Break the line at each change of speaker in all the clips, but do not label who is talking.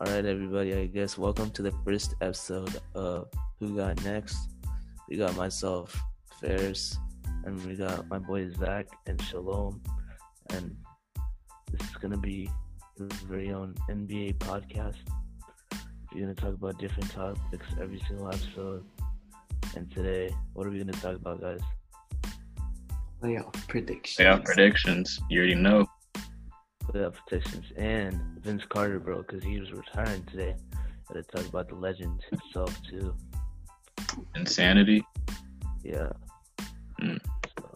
All right, everybody. I guess welcome to the first episode of Who Got Next. We got myself, Ferris, and we got my boys Zach and Shalom. And this is gonna be your very own NBA podcast. We're gonna talk about different topics every single episode. And today, what are we gonna talk about, guys?
Playoff predictions.
Playoff predictions. You already know.
Playoff predictions and Vince Carter, bro, because he was retiring today. Gotta talk about the legend himself too.
Insanity.
Yeah.
Mm.
So,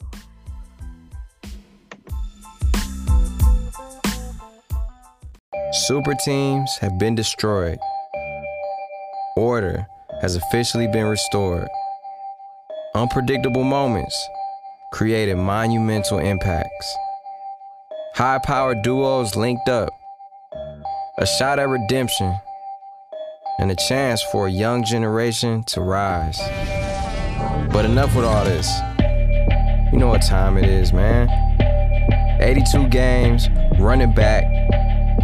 Super teams have been destroyed. Order has officially been restored. Unpredictable moments created monumental impacts. High powered duos linked up. A shot at redemption and a chance for a young generation to rise. But enough with all this. You know what time it is, man. 82 games, running back,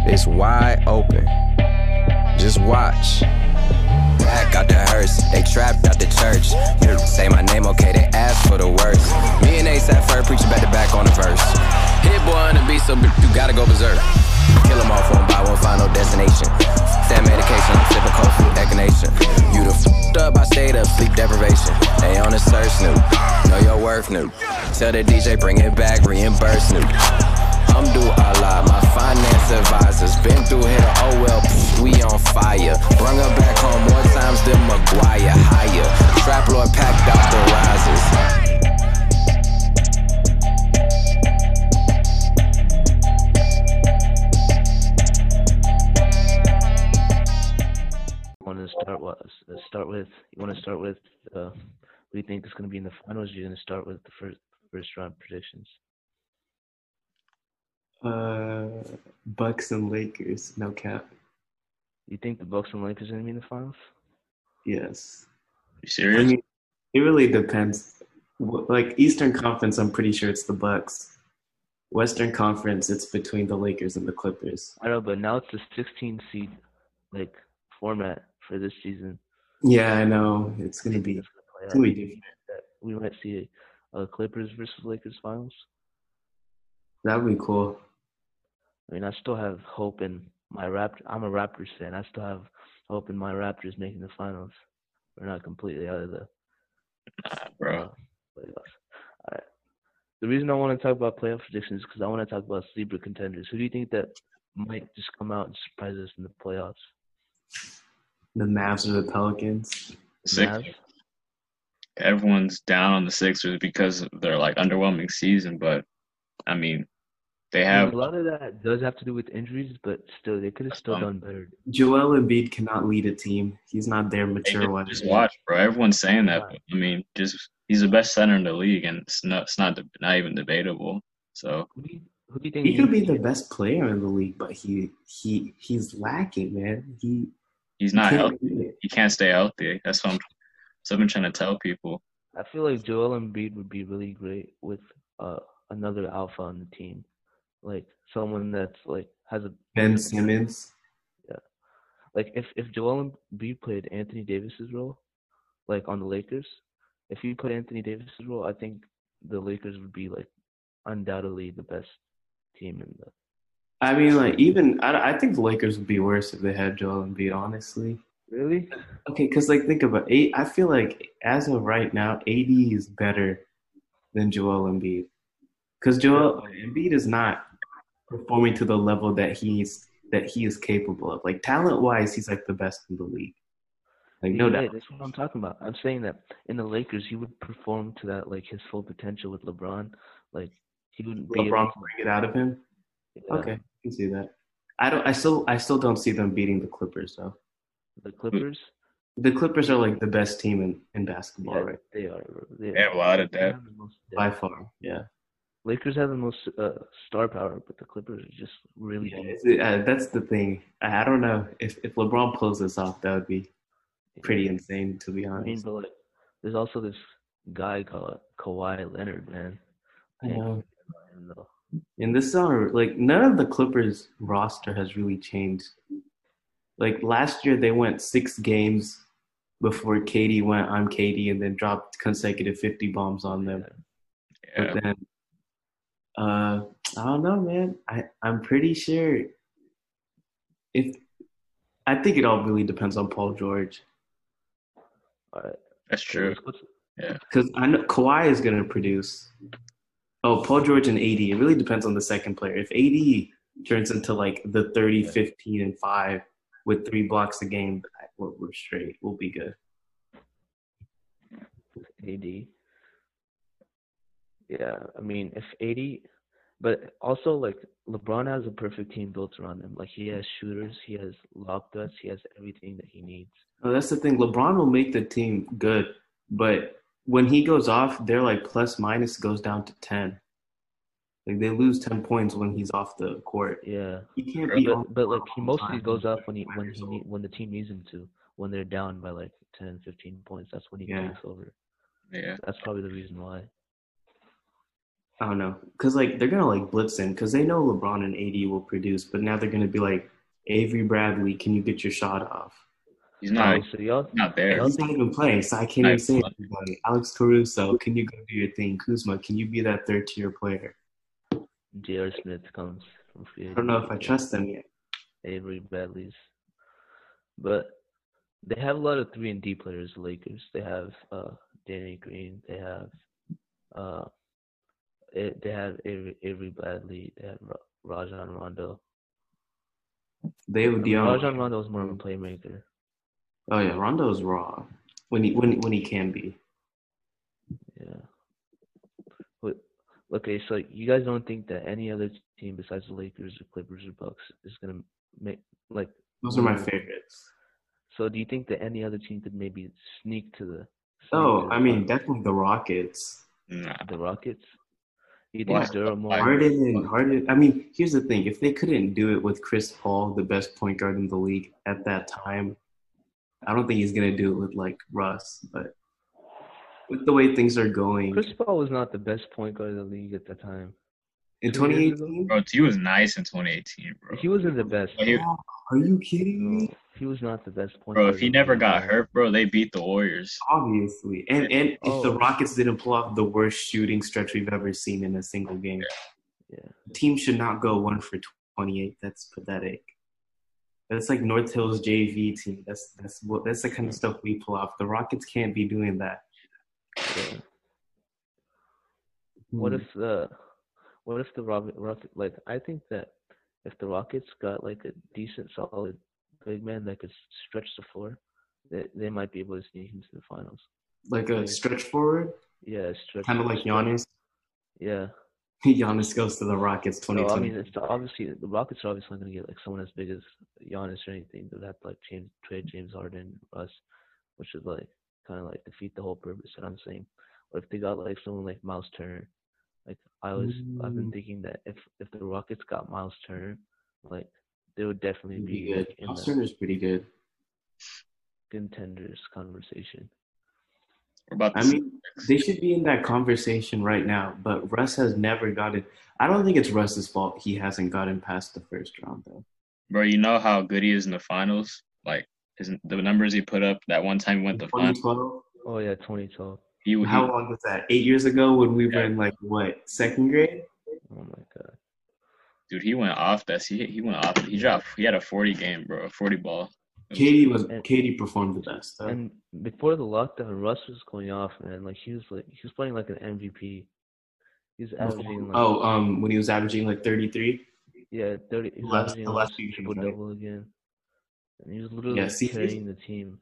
it's wide open. Just watch. Back out the hearse, they trapped out the church. You say my name, okay, they ask for the worst. Me and Ace at first, preaching back to back on the verse. Hit boy on the beat, so bitch, you gotta go berserk. Kill 'em all for one by one, final destination. F- That medication, I'm sipping cold food, echinacea. You the f***ed up, I stayed up, sleep deprivation. They on the search, Snoop. Know your worth, Snoop. Tell the DJ, bring it back, reimburse, Snoop. I'm do Allah, my finance advisors. Been through hell, oh well, pff, we on fire. Brung her back home more times than Maguire, higher. Trap Lord packed out the risers.
want to start with? Let's start with. You want to start with? Uh, who you think is going to be in the finals? You're going to start with the first first round predictions.
Uh, Bucks and Lakers. No cap.
You think the Bucks and Lakers are going to be in the finals?
Yes.
You
I
serious?
mean, it really depends. Wh- Like Eastern Conference, I'm pretty sure it's the Bucks. Western Conference, it's between the Lakers and the Clippers.
I know, but now it's the 16 seed like format for this season.
Yeah, I know. It's gonna be.
It's gonna play
It's
out.
gonna be different.
That we might see a, a Clippers versus Lakers finals.
That would be cool.
I mean, I still have hope in my Raptor. I'm a Raptors fan. I still have hope in my Raptors making the finals. We're not completely out of the
Nah, bro.
playoffs. All right. The reason I want to talk about playoff predictions is because I want to talk about sleeper contenders. Who do you think that might just come out and surprise us in the playoffs?
The Mavs or the Pelicans.
Six,
Mavs?
everyone's down on the Sixers because of their like underwhelming season, but I mean,
I
they
mean,
have
a lot of that does have to do with injuries, but still, they could have still
Um,
done better.
Joel Embiid cannot lead a team. He's not there
they
mature
just,
wise.
just watch, bro. Everyone's saying that. But, I mean, just he's the best center in the league, and it's not it's not deb- not even debatable. So
Who do you, who do you think?
He could be the
is-
best player in the league, but he he he's lacking, man. He
he's not
can't
healthy.
do it.
He can't stay healthy. That's what I'm. So I've been trying to tell people.
I feel like Joel Embiid would be really great with uh, another alpha on the team, like someone that's like has a
Ben Simmons.
like if if Joel Embiid played Anthony Davis's role, like on the Lakers, if he played Anthony Davis's role, I think the Lakers would be like undoubtedly the best team in the.
I mean, like even I, I think the Lakers would be worse if they had Joel Embiid. Honestly,
Really?
okay, because like think about eight. I feel like as of right now, AD is better than Joel Embiid because Joel Embiid is not performing to the level that he's that he is capable of. Like talent wise, he's like the best in the league. Like no
yeah,
doubt.
that's what I'm talking about. I'm saying that in the Lakers, he would perform to that like his full potential with LeBron. Like he wouldn't be.
LeBron can bring it out of him.
Yeah,
Okay, I can see that. I don't. I still. I still don't see them beating the Clippers though.
The Clippers,
The Clippers are like the best team in, in basketball,
yeah,
right?
they are. They,
They have a lot of
they have
depth.
the most
By
depth.
far, yeah.
Lakers have the most uh, star power, but the Clippers are just really.
Yeah,
deep.
it's- uh, that's the thing. I I don't know if if LeBron pulls this off, that would be pretty insane, to be
I mean,
honest.
but like, there's also this guy called Kawhi Leonard, man.
I know.
And, uh,
And this summer, like none of the Clippers roster has really changed Like last year, they went six games before Katie went, I'm Katie, and then dropped consecutive 50 bombs on them.
Yeah.
But then, uh, I don't know, man. I I'm pretty sure if I think it all really depends on Paul George
All right.
That's true.
What's-
because I know Kawhi is gonna produce. Oh, Paul George and AD. It really depends on the second player. If AD turns into like the 30, 15, and five with three blocks a game, I- we're, we're straight. We'll be good.
AD. Yeah, I mean, if 80, but also like LeBron has a perfect team built around him. Like he has shooters, he has lob threats, he has everything that he needs.
Oh, that's the thing. LeBron will make the team good, but when he goes off, their like plus minus goes down to ten. Like they lose ten points when he's off the court.
Yeah,
He can't be. on
but, but like he
all the
mostly
time.
goes up when he when
years
he
old.
need, when the team needs him to. When they're down by like 10, 15 points, that's when he
Yeah.
takes over.
Yeah.
That's probably the reason why.
I don't know, cause like they're gonna like blitz him, cause they know LeBron and AD will produce, but now they're gonna be like Avery Bradley, can you get your shot off?
He's not
Oh, so y'all,
not there.
don't
He's not even playing, so I can't even
Nice
say
play.
anything. Alex Caruso, can you go do your thing? Kuzma, can you be that third tier player?
J.R. Smith comes from free
I don't know if I
agency.
trust them yet.
Avery Bradley's. But they have a lot of three and D players, the Lakers. They have uh Danny Green, they have uh it, they have Avery, Avery Bradley, they have Ra- Rajon Rondo.
They
I
would
mean,
be on.
Rajon Rondo is more of a playmaker.
Oh yeah, Rondo's raw when he when when he can be.
Yeah. But okay, so you guys don't think that any other team besides the Lakers or Clippers or Bucks is gonna make like
Those are my
Hmm.
favorites.
so do you think that any other team could maybe sneak to the
Oh,
sneak to
I
the
mean
finals?
definitely the Rockets.
Nah.
The Rockets? You
Why?
think Durham will-
Why?
Harden and Harden. I mean, here's the thing: if they couldn't do it with Chris Paul, the best point guard in the league at that time, I don't think he's gonna do it with like Russ. But with the way things are going
Chris Paul was not the best point guard in the league at the time.
in
two years
2018,
Bro, he was nice in 2018, bro.
Oh,
He wasn't the best.
But he-
are you kidding
No,
me?
he was not the best point
bro,
guard
if he
in the
never
league.
got hurt, bro, they beat the Warriors.
Obviously, and and if the
Oh.
Rockets didn't pull off the worst shooting stretch we've ever seen in a single game,
Yeah.
The team should not go one for 28. That's pathetic. That's like North Hills JV team. That's that's what that's the kind of stuff we pull off. The Rockets can't be doing that.
Yeah.
Hmm.
What if the what if the Rob- Rocket like I think that if the Rockets got like a decent solid big man that could stretch the floor, they they might be able to sneak into the finals.
like a stretch forward,
Yeah, stretch
kind of like Giannis?
Yeah.
Giannis goes to the Rockets
So, I
2020.
mean, it's obviously the Rockets are obviously not going to get like someone as big as Giannis or anything. They'd have to like change, trade James Harden, Russ, which would like kind of like defeat the whole purpose that I'm saying. But if they got like someone like Miles Turner, like I was, I've been
Mm.
thinking that if if the Rockets got Miles Turner, like they would definitely
He'd be
be
good.
like, in the
Miles Turner's pretty good.
contenders conversation.
We're about to
I
see-
mean, they should be in that conversation right now, but Russ has never gotten. I don't think it's Russ's fault he hasn't gotten past the first round, though.
bro, you know how good he is in the finals. Like his the numbers he put up that one time he went to the finals.
2012.
Oh yeah, 2012.
He, he
How long was that? Eight years ago when we were
Yeah.
in like what second grade?
Oh my god.
dude, he went off. That's he he went off. He dropped. He had a 40 game, bro, a 40 ball.
Katie was
And-
Katie performed the best. Though.
And before the lockdown, Russ was going off, man. Like he was like he was playing like an MVP. He's averaging like
oh, um, when he was averaging like 33.
Yeah, thirty. He
last-
was
the last few games,
triple
right?
double again, and he was literally
Yeah, see, he's-
carrying the team.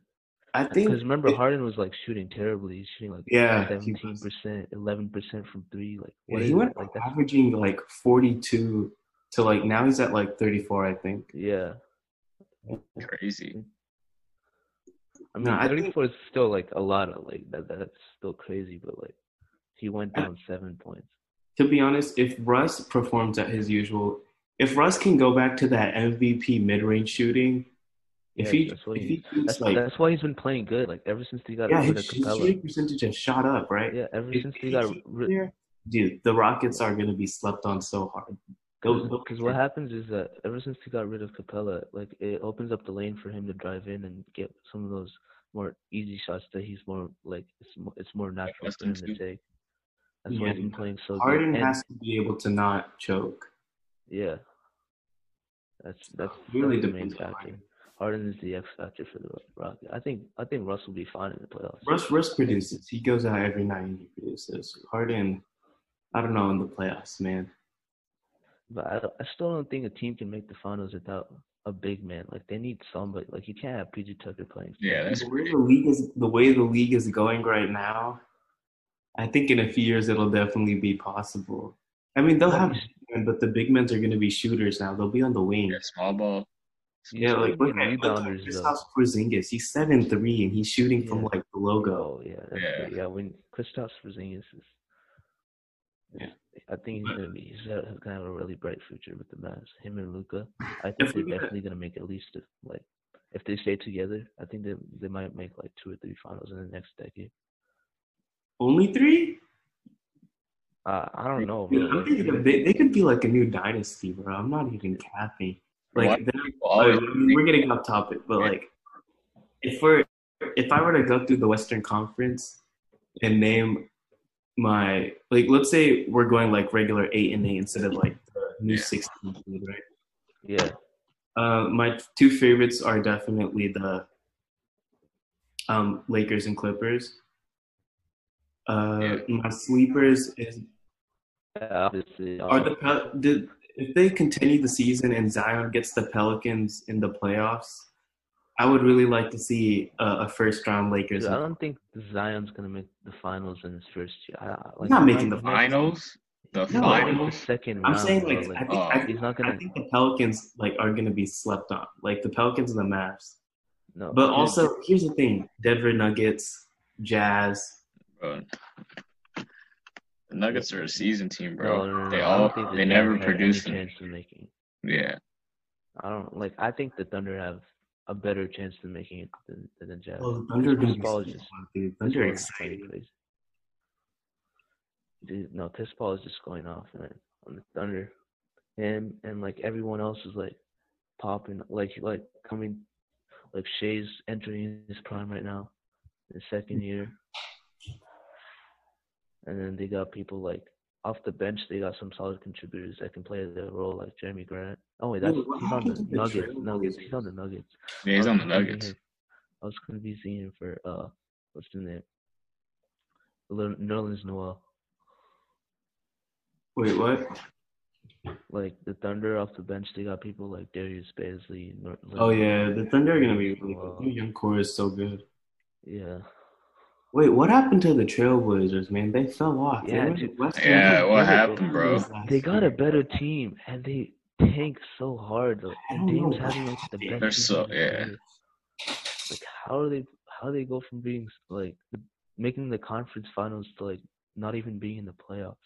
I think.
Because remember,
it-
Harden was like shooting terribly. He's shooting like
Yeah, he
seventeen
was.
percent, eleven percent from three. Like
yeah,
what is
he
it?
went
like
from
that's,
averaging like 42 to like now he's at like 34, I think.
yeah.
Crazy.
I mean,
No, I think-
thirty-four is still like a lot of like that. That's still crazy, but like he went
I-
down seven points.
To be honest, if Russ performs at his usual, if Russ can go back to that MVP mid-range shooting, if
Yeah,
he
that's what
if
he-
he shoots
That's
like
that's why he's been playing good. Like ever since they got
yeah,
rid of
his, his
Capella.
shooting percentage has shot up, right?
Yeah, ever
If
since
he
they got
keeps
rid.
there, dude, the Rockets are gonna be slept on so hard. Those- those-
Because what happens is that ever since he got rid of Capella, like it opens up the lane for him to drive in and get some of those more easy shots that he's more like it's mo- it's more natural for him
accustomed
to
to.
take. That's why
Yeah.
he's been playing so good.
Harden
And-
has to be able to not choke.
yeah, that's that's
Really
that's the main
depends on
factor.
Harden.
Harden is the X factor for the Rockets. I think I think Russ will be fine in the playoffs.
Russ Russ produces. He goes out every night and he produces. Harden, I don't know in the playoffs, man.
But I, don't- I still don't think a team can make the finals without a big man. Like they need somebody. Like you can't have PG Tucker playing.
Yeah, that's
The way the league is the way the league is going right now, I think in a few years it'll definitely be possible. I mean, they'll have, but the big men are going to be shooters now. Theyll be on the wing.
yeah, small ball.
Yeah, like look
Yeah,
at look at
rebounders,
Kristaps Porzingis. He's seven three and he's shooting from
Yeah.
like the logo.
Oh yeah, that's
Yeah.
yeah. yeah. When Kristaps Porzingis is,
Yeah.
I think he's
But-
gonna be he's gonna, he's gonna have a really bright future with the Mavs. Him and Luca, I think
If
they're
we get-
definitely gonna make at least a, like if they stay together, I think they they might make like two or three finals in the next decade.
Only three?
Uh, I don't know.
Dude,
bro,
I'm
like,
thinking of, they, they could be like a new dynasty, bro. I'm not even capping. Like,
Why
they're-
people always
I mean, Oh, we're getting off topic, but like, if we're if I were to go through the Western Conference and name my like, let's say we're going like regular eight and eight instead of like the new
Yeah.
sixteen, seed, right?
yeah,
Uh, my two favorites are definitely the um, Lakers and Clippers. Uh,
Yeah.
My sleepers is
obviously.
are
um,
the Pel- did, if they continue the season and Zion gets the Pelicans in the playoffs, I would really like to see a, a first round Lakers.
dude, I don't think Zion's gonna make the finals in his first year. I, I- like,
not
he
making
might
the
make-
finals. The
No,
like, the
finals.
second
I'm
round,
saying
bro,
like I think
oh,
I,
he's not
I
gonna.
think the Pelicans like are gonna be slept on, like the Pelicans and the Mavs.
No,
But
dude,
also, here's the thing: Denver Nuggets, Jazz.
bro. The Nuggets are a season team,
No,
bro.
no, no,
they
no, I
all
don't think the
they
Jazz
never
have any
produce them.
chance of making.
Yeah,
I don't like. I think the Thunder have a better chance of making it than, than the Jazz.
Well, Oh, the Thunder are gonna
Chris Paul is
be
just- Chris
dude. Thunder
Paul
are
is playing
exciting.
crazy. Dude, no, Chris Paul is just going off, man, on the Thunder, and and like everyone else is like popping, like like coming, like Shay's entering his prime right now, his second
Mm-hmm.
year, and then they got people like off the bench. They got some solid contributors that can play their role, like Jeremy Grant. Oh wait, that's
Dude, what
he's on
happened
the
to the
Nuggets.
Trail
Nuggets. He's on
Blazers?
the Nuggets.
yeah he's
I
on
was
the
confusing
Nuggets.
him- I was confusing him for uh, what's his name? Lil- Nerlens Noel.
Wait, what?
Like the Thunder off the bench, they got people like Darius Baisley. Ner-
Oh
Lil-
yeah, the Thunder are gonna be really
Wow.
good. Their young core is so good.
yeah,
Wait, what happened to the Trailblazers, man? They fell off.
Yeah,
they went
dude.
Western
Yeah, what
Conference
happened, bro?
last
They got a
year.
better team, and they tank so hard. Though.
I
And
don't know
Dame's
what
having like the best.
happened.
They're
season
so-
of his
yeah.
career. Like how are they? How they go from being like making the conference finals to like not even being in the playoffs?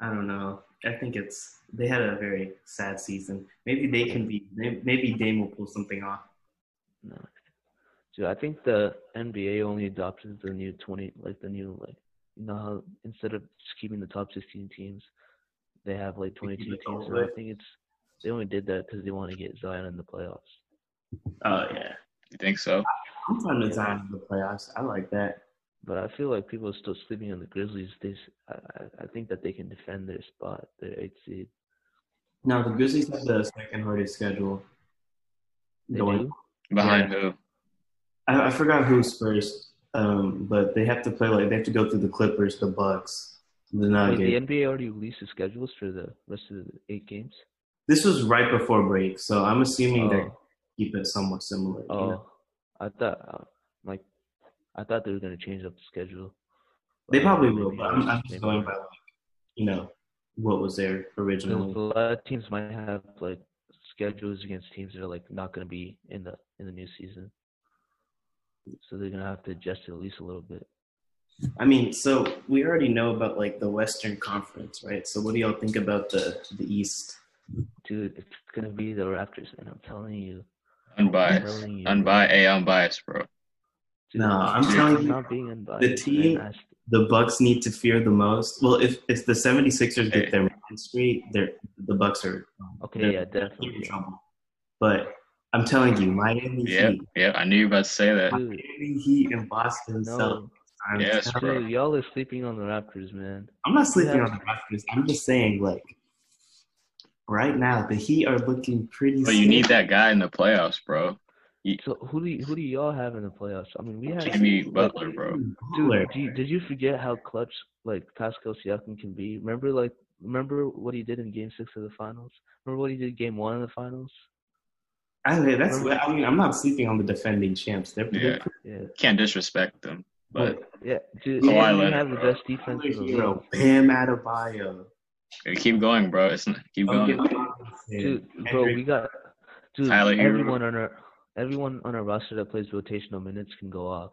I don't know. I think it's they had a very sad season. Maybe they can be. may- Maybe Dame will pull something off.
No. Dude, I think the NBA only adopted the new 20, like the new, like, you know how instead of just keeping the top 16 teams, they have like
keep
22
it all
teams. And I
right.
think it's, they only did that because they want to get Zion in the playoffs.
Oh yeah,
You think so?
I'm trying to Zion in the playoffs. I like that.
But I feel like people are still sleeping on the Grizzlies. They, s- I, I- I think that they can defend their spot, their eighth seed.
Now the Grizzlies have the second hardest schedule.
They
Going,
do?
Behind who?
I, I forgot who's first, um, but they have to play like they have to go through the Clippers, the Bucks, the
Wait,
Nuggets.
the NBA already released the schedules for the rest of the eight games.
This was right before break, so I'm assuming they
Oh.
keep it somewhat similar. you know?
Oh, I thought uh, like I thought they were gonna change up the schedule.
They
But
probably
maybe
will, but
not.
I'm, I'm just
Maybe
going
not.
by like, you know, what was there
'Cause
originally.
A lot of teams might have like schedules against teams that are like not gonna be in the in the new season, so they're gonna have to adjust it at least a little bit.
I mean, so we already know about like the Western Conference, right? So what do y'all think about the the East?
Dude, it's gonna be the Raptors, man. I'm telling you. I'm
Unbiased.
telling you.
Unbiased. Hey, unbiased, bro.
Dude,
No, I'm telling you,
Not being unbiased. man.
team-
I s-
The Bucks need to fear the most. Well, if if the 76ers get their man straight, they're the Bucks are um,
Okay,
they're-
yeah,
they're in
definitely.
trouble. But I'm telling you, Miami
Yeah,
Heat,
yeah. I knew you were about to say that.
Dude,
Miami Heat, and Boston
no,
Celtics. I'm,
Yes,
telling-
bro.
dude, y'all are sleeping on the Raptors, man.
I'm not sleeping
Yeah.
on the Raptors. I'm just saying, like, right now the Heat are looking pretty.
But you need that guy in the playoffs, bro.
So who do you, who do y'all have in the playoffs? I mean, we have
Jimmy Butler, bro.
Butler.
Dude, do you, did you forget how clutch like Pascal Siakam can be? Remember like remember what he did in Game Six of the Finals? Remember what he did Game One of the Finals?
I mean, that's. what- I mean, I'm not sleeping on the defending champs. They're,
Yeah,
they're
Yeah,
can't disrespect them. But
yeah. Dude,
Kawhi
and you
Leonard,
have the
bro.
best defense in the
Tyler
league.
Hero, Bam Adebayo.
keep going, bro. It's not, keep
Duncan
going.
Robinson,
Dude, bro,
Kendrick
we got dude.
Tyler Hero.
everyone on our everyone on our roster that plays rotational minutes can go off.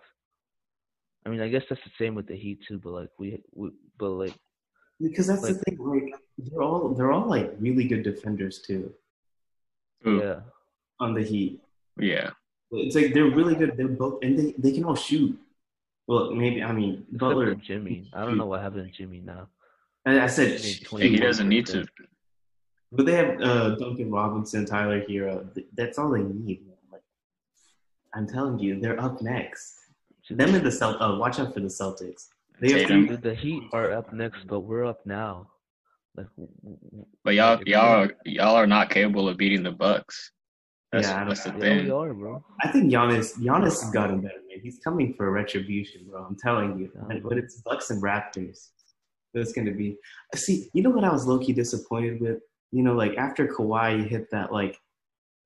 I mean, I guess that's the same with the Heat too, but like we, we but like
Because that's the
Like-
thing, like they're all they're all like really good defenders too
Ooh,
yeah,
on the Heat.
yeah.
It's like they're really good. They're both and they, they can all shoot. Well, maybe I mean
except
Butler.
for Jimmy. I don't know what happened to Jimmy now.
I, I said,
Jimmy,
shoot,
20.
He doesn't need to.
but they have uh, Duncan Robinson, Tyler Hero. Th- That's all they need. man. Like, I'm telling you, they're up next. Them and the Celt. Uh, watch out for the Celtics. They have
Tatum.
three-
Dude, the Heat are up next, but we're up now. Like, w- w-
But y'all,
Like, if
y'all, are, y'all are not capable of beating the Bucks. That's,
Yeah, I don't-
that's the
w- yeah, we
thing.
are, bro.
I think Giannis. Giannis has gotten better, man. He's coming for a retribution, bro. I'm telling you.
Yeah.
And- But it's Bucks and Raptors. That's gonna be. See, you know what I was low key disappointed with. You know, like after Kawhi hit that, like,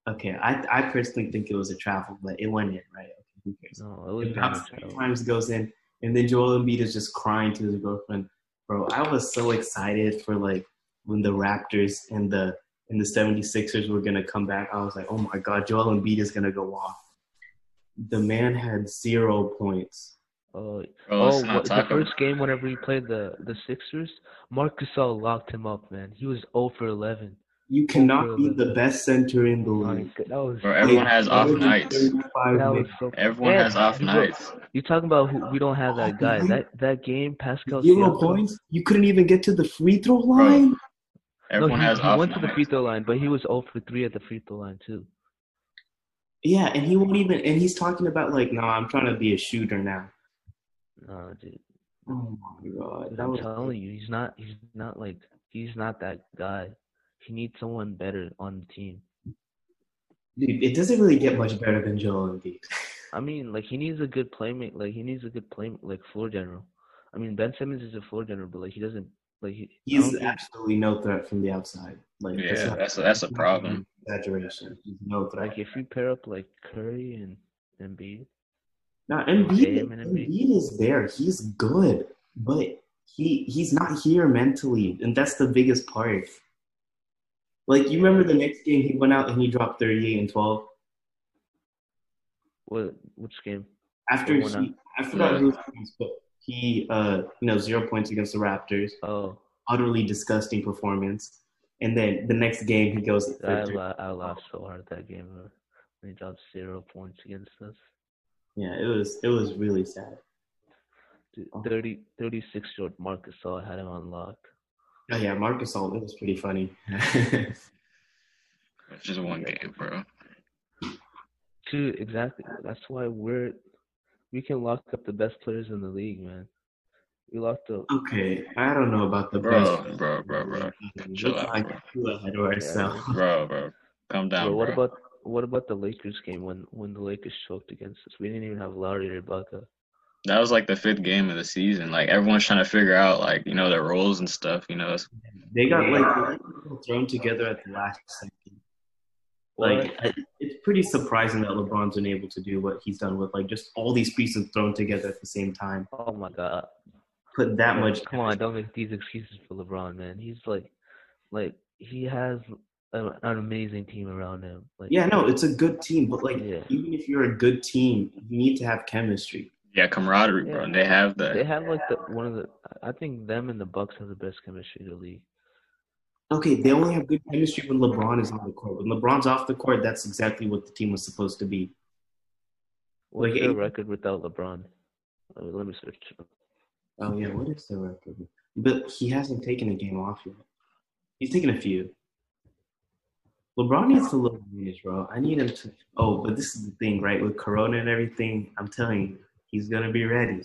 okay, I I personally think it was a travel, but it went in, right? Okay, who cares?
No, it was
And
down
Bounce
to
three
Charlotte.
times goes in, and then Joel Embiid is just crying to his girlfriend, bro. I was so excited for like when the Raptors and the and the 76ers were gonna come back. I was like, oh my god, Joel Embiid is gonna go off. The man had zero points.
Oh,
Bro,
oh
let's not
what, the
talk
first
about.
game whenever he played the the Sixers, Marcus all locked him up, man. He was 0 for 11.
You
bro,
cannot be
the-
the best center in the
My
league.
God, that was
Bro, everyone
Wait,
has off
that was
nights.
35
that was
minutes.
so.
Everyone
Yeah,
has off
bro,
nights.
You talking about who? We don't have that guy.
Mhm.
That that game, Pascal.
Zero
Siakam-
points. You couldn't even get to the free throw line.
No,
Everyone
he,
has
he
off
went to the free
nights.
throw line, but he was 0 for 3 at the free throw line too.
Yeah, and he won't even. And he's talking about like, no, I'm trying to be a shooter now.
No, dude.
Oh my god, that
I'm
was
telling you, he's not. He's not like. He's not that guy. He needs someone better on the team.
dude. It doesn't really get much better than Joel Embiid.
I mean, like he needs a good playmate. Like he needs a good play, like floor general. I mean, Ben Simmons is a floor general, but like he doesn't like he. I
He's
don't think-
absolutely no threat from the outside. Like
Yeah, that's a- that's a problem.
Exaggeration. He's no threat.
like if you pair up like Curry and and Embiid,
Now
Okay,
Embiid,
I'm gonna be-
Embiid is there. He's good, but he he's not here mentally, and that's the biggest part. Like you remember the next game, he went out and he dropped thirty eight and twelve.
what which game?
After
Or not.
he, I forgot
Yeah.
who, it was, but he uh you know zero points against the Raptors.
Oh,
utterly disgusting performance. And then the next game, he goes.
I la- I laughed so hard that game. uh, They dropped zero points against us.
Yeah, it was it was really sad.
Dude, 30, 36 year old Marcus all had him on lock.
Oh yeah, Marcus All, it was pretty funny.
It's just one game, bro.
Dude, exactly. That's why we're we can lock up the best players in the league, man. We locked up.
okay, I don't know about the
Bro,
best-
bro, bro, bro. Chill
Let's
out,
not
bro.
get too ahead of ourselves.
Bro, bro. Calm
Bro,
down,
what
bro.
about what about the Lakers game when when the Lakers choked against us? We didn't even have Lowry or Ibaka.
That was like the fifth game of the season. Like everyone's trying to figure out like, you know, their roles and stuff, you know. It's-
They got like thrown together at the last second. Like I- it's pretty surprising that LeBron's been able to do what he's done with like just all these pieces thrown together at the same time.
oh my god,
Put that much.
Come on, don't make these excuses for LeBron, man. He's like, like he has a, an amazing team around him. Like,
Yeah, no, it's a good team, but like
Yeah.
even if you're a good team, you need to have chemistry.
Yeah, camaraderie, bro. And they have
They
that.
have like the one of the. I think them and the Bucks have the best chemistry in the league.
Okay, they only have good chemistry when LeBron is on the court. When LeBron's off the court, that's exactly what the team was supposed to be.
What's
Like,
their
it-
record without LeBron? Let me, let me search.
Oh yeah, what is the record? But he hasn't taken a game off yet. He's taking a few. LeBron needs to look manage, bro. I need him to. Oh, but this is the thing, right? With Corona and everything, I'm telling you, he's gonna be ready.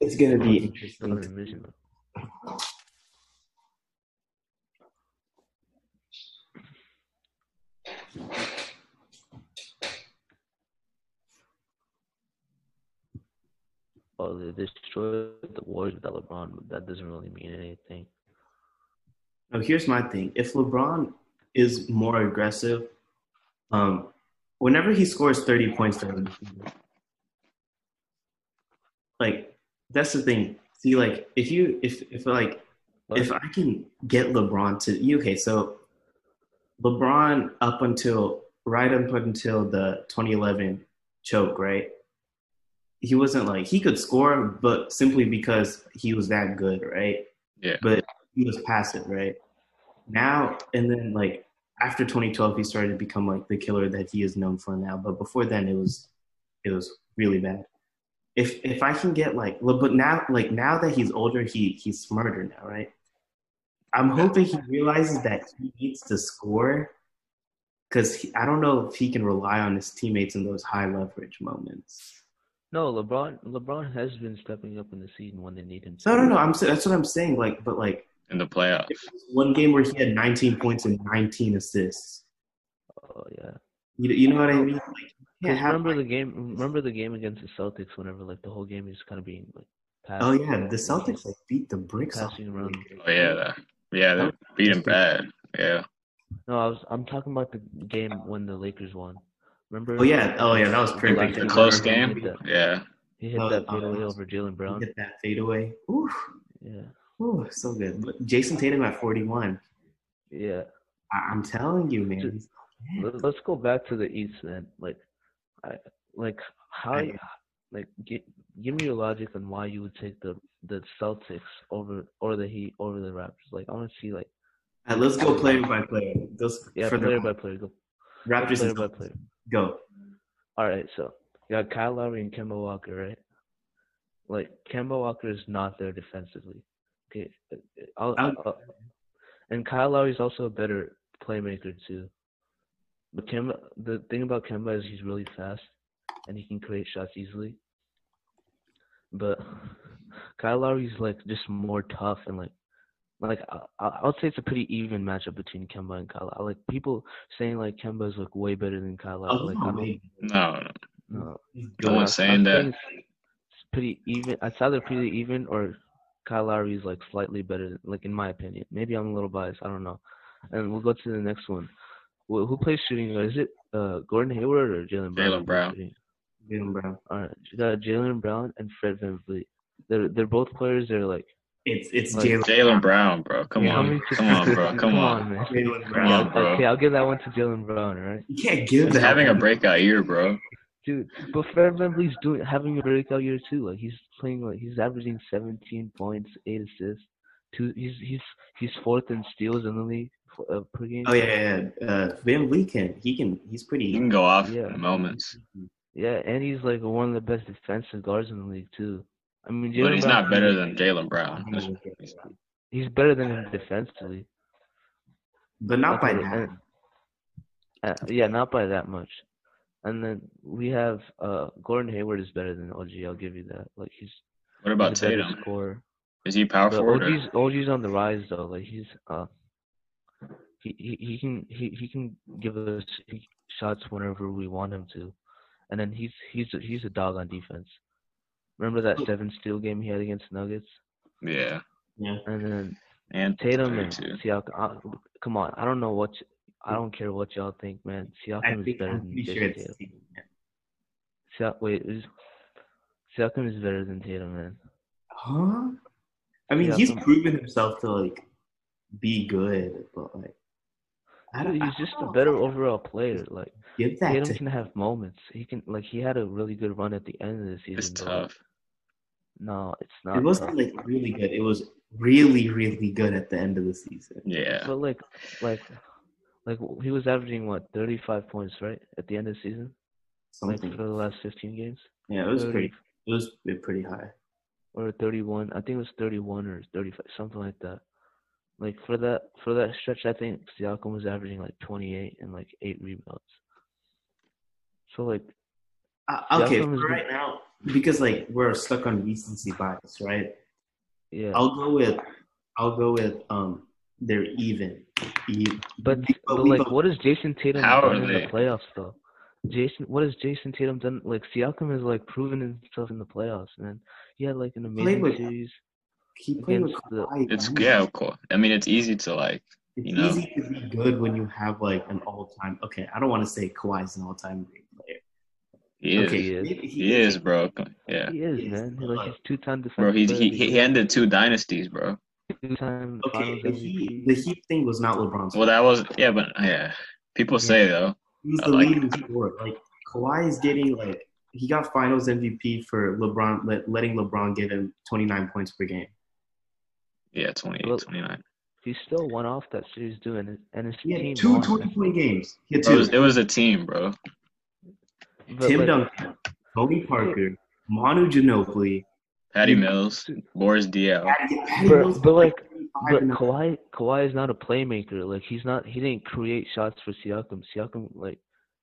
It's gonna be interesting. to-
Oh, they destroyed the Warriors without LeBron, but that doesn't really mean anything.
No, here's my thing. If LeBron is more aggressive, um, whenever he scores 30 points, during the season, like that's the thing. See, like if you if if like if I can get LeBron to you, okay, so LeBron up until right up until the 2011 choke, right? He wasn't like he could score, but simply because he was that good, right?
Yeah.
But he was passive, right? Now and then, like after 2012, he started to become like the killer that he is known for now. But before then, it was it was really bad. If if I can get like, Le- but now like now that he's older, he he's smarter now, right? I'm hoping he realizes that he needs to score because I don't know if he can rely on his teammates in those high leverage moments.
No, LeBron. LeBron has been stepping up in the season when they need him. to.
No, no, no. I'm sa- that's what I'm saying. Like, but like
in the playoffs.
one game where he had 19 points and 19 assists.
Oh yeah.
You, you know what I mean? Like, you
'Cause
can't have-
remember the game? Remember the game against the Celtics? Whenever like the whole game is kind of being like passed.
oh yeah, the Celtics like beat the bricks off.
passing around.
Oh, yeah, that, yeah, they beat him bad. Yeah,
No, I was. I'm talking about the game when the Lakers won. Remember?
Oh yeah, oh yeah, that was perfect.
the close game. Yeah,
He hit
Oh,
that
oh,
fadeaway
yeah.
over Jalen Brown.
Get that fadeaway. Ooh,
Yeah.
ooh, so good. But Jason Tatum at 41.
Yeah.
I, I'm telling you, man.
Dude,
he's-
Let- Let's go back to the East, man. Like, I, like how,
I-
like gi- give me your logic on why you would take the the Celtics over or the Heat over the Raptors. Like, I want to see like
Uh, let's go player by player. Those
yeah,
for
player
the
by player, go
Raptors.
player
and-
by player.
Go.
All right, so you got Kyle Lowry and Kemba Walker, right? Like Kemba Walker is not there defensively. Okay, uh, I'll,
I'll-
I'll- and Kyle Lowry is also a better playmaker too. But Kemba, the thing about Kemba is he's really fast and he can create shots easily. But Kyle Lowry's like just more tough and like, like I, I- I'll say it's a pretty even matchup between Kemba and Kyle. Lowry. Like people saying like Kemba is like way better than Kyle Lowry.
Oh,
like,
no,
I don't-
man.
no, no.
no,
He's
No
good.
one's saying that.
it's it's pretty even. It's either pretty even or Kyle Lowry is like slightly better, than- like in my opinion. Maybe I'm a little biased. I don't know. And we'll go to the next one. Wh- who plays shooting guard? Is it uh, Gordon Hayward or Jalen Brown?
Jaylen Brown.
Jaylen Brown.
All right, you got Jalen Brown and Fred VanVleet. They're they're both players. that are like
It's it's
Like,
Jalen.
Jalen Brown, bro. Come
Yeah, how many
on, come on, bro. Come on.
man.
Jalen
Come on,
Brown.
Yeah,
bro.
okay, I'll give that one to Jalen Brown. All right,
You can't give
He's
that.
having a breakout year, bro.
dude. But Fred VanVleet's doing having a breakout year too. Like he's playing like he's averaging 17 points, eight assists. Two, he's he's he's fourth in steals in the league for, uh, per game.
Oh yeah, yeah. Uh, Van Lee can he can he's
He
pretty.
can go off
Yeah.
in moments,
Yeah, and he's like one of the best defensive guards in the league too. I mean,
but
Jaylen
he's
Brown-
not better than Jalen Brown.
He's better than him defensively.
But not by
Definitely.
that.
Uh, yeah, not by that much. And then we have uh Gordon Hayward is better than OG. I'll give you that. Like he's,
What
he's
about
a better
Tatum?
scorer.
Is he power
But
forward? or-
OG's OG's on the rise though. Like he's uh he, he, he can he, he can give us shots whenever we want him to, and then he's he's a, he's a dog on defense. Remember that seven steal game he had against Nuggets,
Yeah,
Yeah.
and then
and
Tatum
there
and
too.
Siakam. I- come on, I don't know what y- I don't care what y'all think, man.
I
Siakam is
think
better
I'm
than
pretty sure
Jason
it's
Tatum.
Tatum. yeah.
Siak, wait, is, Siakam is better than Tatum, man.
Huh? I mean,
Yeah,
he's
I'm-
proven himself to like be good, but like I don't.
Dude,
I
He's just a
don't
better overall player. Like
Give that
Tatum
to
can have moments. He can like he had a really good run at the end of the season.
It's
but, like,
tough.
No, it's not.
It wasn't
tough.
like really good. It was really, really good at the end of the season.
Yeah,
But like, like, like he was averaging what thirty-five points, right, at the end of the season, like
Something.
for the last fifteen games.
Yeah, it was
30
pretty. It was pretty high.
or thirty-one. I think it was thirty-one or thirty-five, something like that. Like for that for that stretch, I think Siakam was averaging like 28 and like eight rebounds. So like
Uh, okay,
Yeah,
for
someone's
right now, because like we're stuck on recency bias, right?
yeah,
I'll go with I'll go with um they're even. even.
but,
we- but
but
we
like
both-
what has Jason Tatum
How
done
are
in
they?
the playoffs though? Jason, what has Jason Tatum done? Like Siakam has like proven himself in the playoffs, man. He had like an amazing
with-
series.
He played with
against the-
Kawhi,
It's
man.
yeah, of course. I mean, it's easy to like.
It's
you know.
easy to be good when you have like an all-time. Okay, I don't want to say Kawhi's an all-time great player.
He is.
okay,
He is.
maybe
He is, bro. Come- Yeah,
He is,
He is,
man. He's
but,
like
like-
he's two-time defensive.
bro. He
player of
he
the
he
year,
ended two dynasties, bro.
two-time
Okay,
Finals
the
MVP.
Heat, the Heat thing was not LeBron's.
Well, that was yeah, but yeah. People say though,
He was
I
the
like-
leading scorer. Like Kawhi is getting like he got Finals MVP for LeBron let, letting LeBron give him 29 points per game.
yeah, 28,
Well,
29.
He still won off that series doing it, and his
He
team
had two
won.
20 point games. He had
Bro, it, was,
two.
it was a team, bro.
But,
Tim
like,
Duncan, Kobe Parker, Manu Ginobili.
Patty Mills, Boris Diaw.
Patty- Patty
But-
Mills
but, like,
35
But
and a-
Kawhi, Kawhi is not a playmaker. Like he's not. He didn't create shots for Siakam. Siakam like,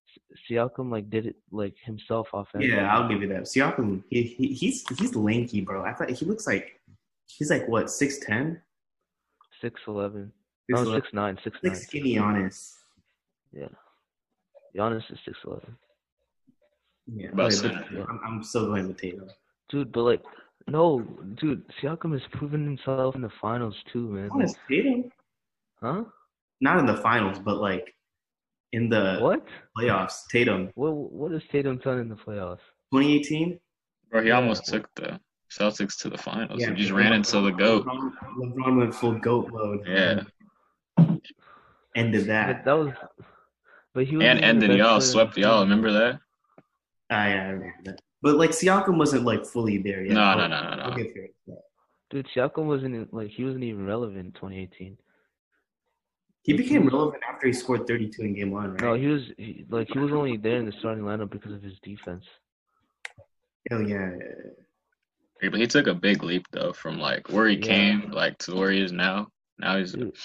Si- Siakam like did it like himself offensively.
yeah, I'll give you that. Siakam, he, he, he's he's lanky, bro. I thought he looks like he's like what 6'10?
six eleven.
He's
No,
like,
Oh, six nine, six nine.
like Oh, skinny honest.
Giannis is six eleven.
Yeah,
About
okay,
center.
but I'm, I'm still going with Tatum.
Dude, but like, no, dude, Siakam has proven himself in the finals too, man. Like,
Honest, Tatum.
huh?
not in the finals, but like in the
What?
playoffs. Tatum,
What? What has Tatum done in the playoffs?
2018.
Bro, he
Yeah.
almost took the Celtics to the finals.
Yeah,
he just ran into the goat.
LeBron, LeBron went full goat mode.
Yeah.
Ended
But
that.
that was. But he was one
And
of the
ended
best
y'all,
players in
swept
the
y'all.
team.
Remember that?
Ah, yeah, I remember that. But like Siakam wasn't like fully there yet.
No,
I'll-
no, no, no,
I'll
no.
give you that.
Dude, Siakam wasn't in- like he wasn't even relevant in 2018.
He became relevant after he scored 32 in game one, right?
No, Oh, he was he, like he was only there in the starting lineup because of his defense.
Hell yeah.
But he took a big leap though, from like where he
Yeah.
came, like to where he is now. Now he's
Dude,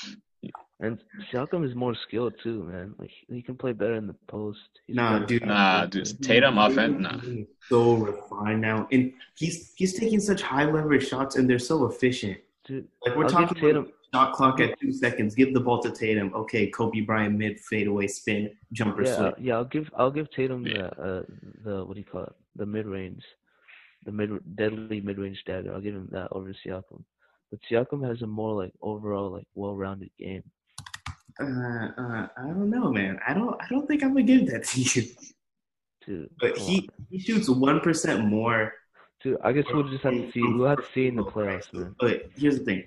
And Siakam is more skilled too, man. Like he can play better in the post. He's
Nah,
better-
dude.
nah, dude. Tatum offense, nah.
So refined now, and he's he's taking such high leverage shots, and they're so efficient.
dude,
Like we're
I'll give
talking about
Tatum-
shot clock at two seconds. Give the ball to Tatum. Okay, Kobe Bryant mid fadeaway spin jumper
yeah,
swing.
I'll- yeah. I'll give I'll give Tatum
Yeah.
the uh, the what do you call it? The mid range, the mid deadly mid range dagger. I'll give him that over Siakam. But Siakam has a more like overall like well rounded game.
Uh, uh, I don't know, man. I don't. I don't think I'm gonna give that to you.
Dude,
But
come
he he shoots one percent more.
Dude, I guess we'll just have to see. We'll have to see in the playoffs, man.
But here's the thing: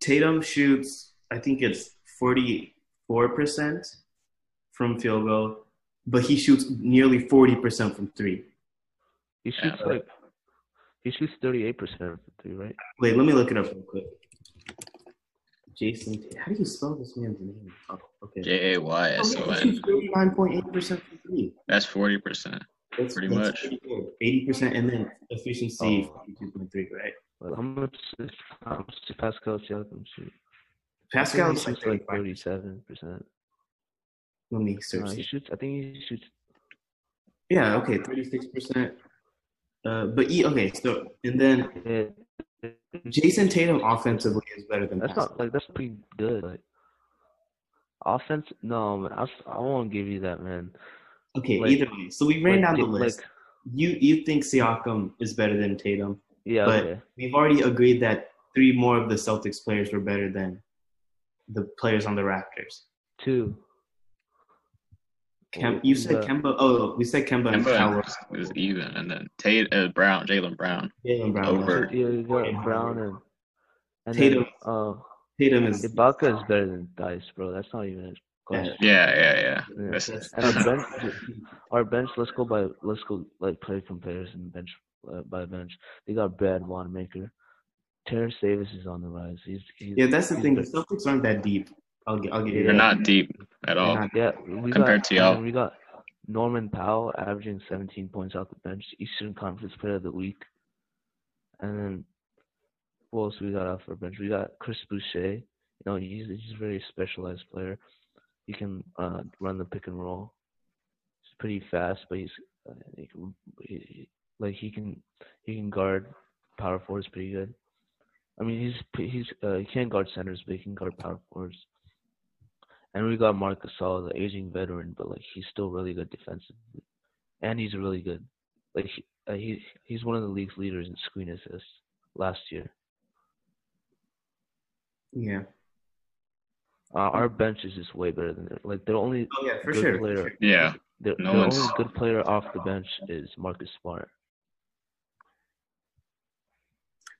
Tatum shoots. I think it's forty four percent from field goal, but he shoots nearly forty percent from three.
He
Yeah.
shoots like he shoots thirty eight percent of the three, right?
Wait, let me look it up real quick. Jason, how do you spell this man's name? Oh, okay.
J A Y S
Oh,
O N.
Thirty-nine point eight percent from three.
That's forty percent.
That's
Pretty much.
eighty percent, and then efficiency
Oh.
forty-two point three. Right.
Like, how much is how much does Pascal Siakam shoot? I think
Pascal
he
is like
shoots like
35.
thirty seven percent.
Let me search.
He
this.
shoots. I think he shoots.
Yeah. Okay. Thirty-six percent. Uh, but e okay. So and then
Yeah,
Jason Tatum offensively is better than
that's
Pascal.
not like that's pretty good. Like offense, no man. I, s- I won't give you that, man.
okay.
like-
either way. So we ran
Like,
down the
J-
list.
Like,
you you think Siakam is better than Tatum?
yeah,
but-
okay.
We've already agreed that three more of the Celtics players were better than the players on the Raptors.
Two.
Kem- you said
But-
Kemba. Oh, we said Kemba and
Remember,
Howard.
it was even, and then Tate uh, Brown, Jalen Brown.
Jalen Brown.
Over.
Yeah, you
Tatum.
got Brown and and
Tatum.
Then, uh,
Tatum is.
Ibaka is better than Dice, bro. That's not even a question.
Yeah, yeah, yeah. That's-
And our bench, our bench. Let's go by. Let's go like player comparison bench uh, by bench. They got Brad Wanamaker. Terrence Davis is on the rise. He's, he's
Yeah, that's the thing. The Celtics aren't that deep. I'll get. I'll give you
They're
that.
not deep at
They're
all.
not-
yeah. We
Compared
got,
to y'all.
and we got Norman Powell averaging 17 points off the bench. Eastern Conference Player of the Week. And then who else we got off our bench? We got Chris Boucher. You know, he's he's a very specialized player. He can uh, run the pick and roll. He's pretty fast, but he's uh, he can, he, like he can he can guard power forwards pretty good. I mean, he's he's uh, he can't guard centers, but he can guard power forwards. And we got Marc Gasol, the aging veteran, but like he's still really good defensively, and he's really good. Like he, uh, he he's one of the league's leaders in screen assists last year.
Yeah.
Uh, our bench is just way better than their like their only
Oh yeah, for
good
sure.
player.
Yeah.
Their,
No
their
one's-
only good player off the bench is Marcus Smart.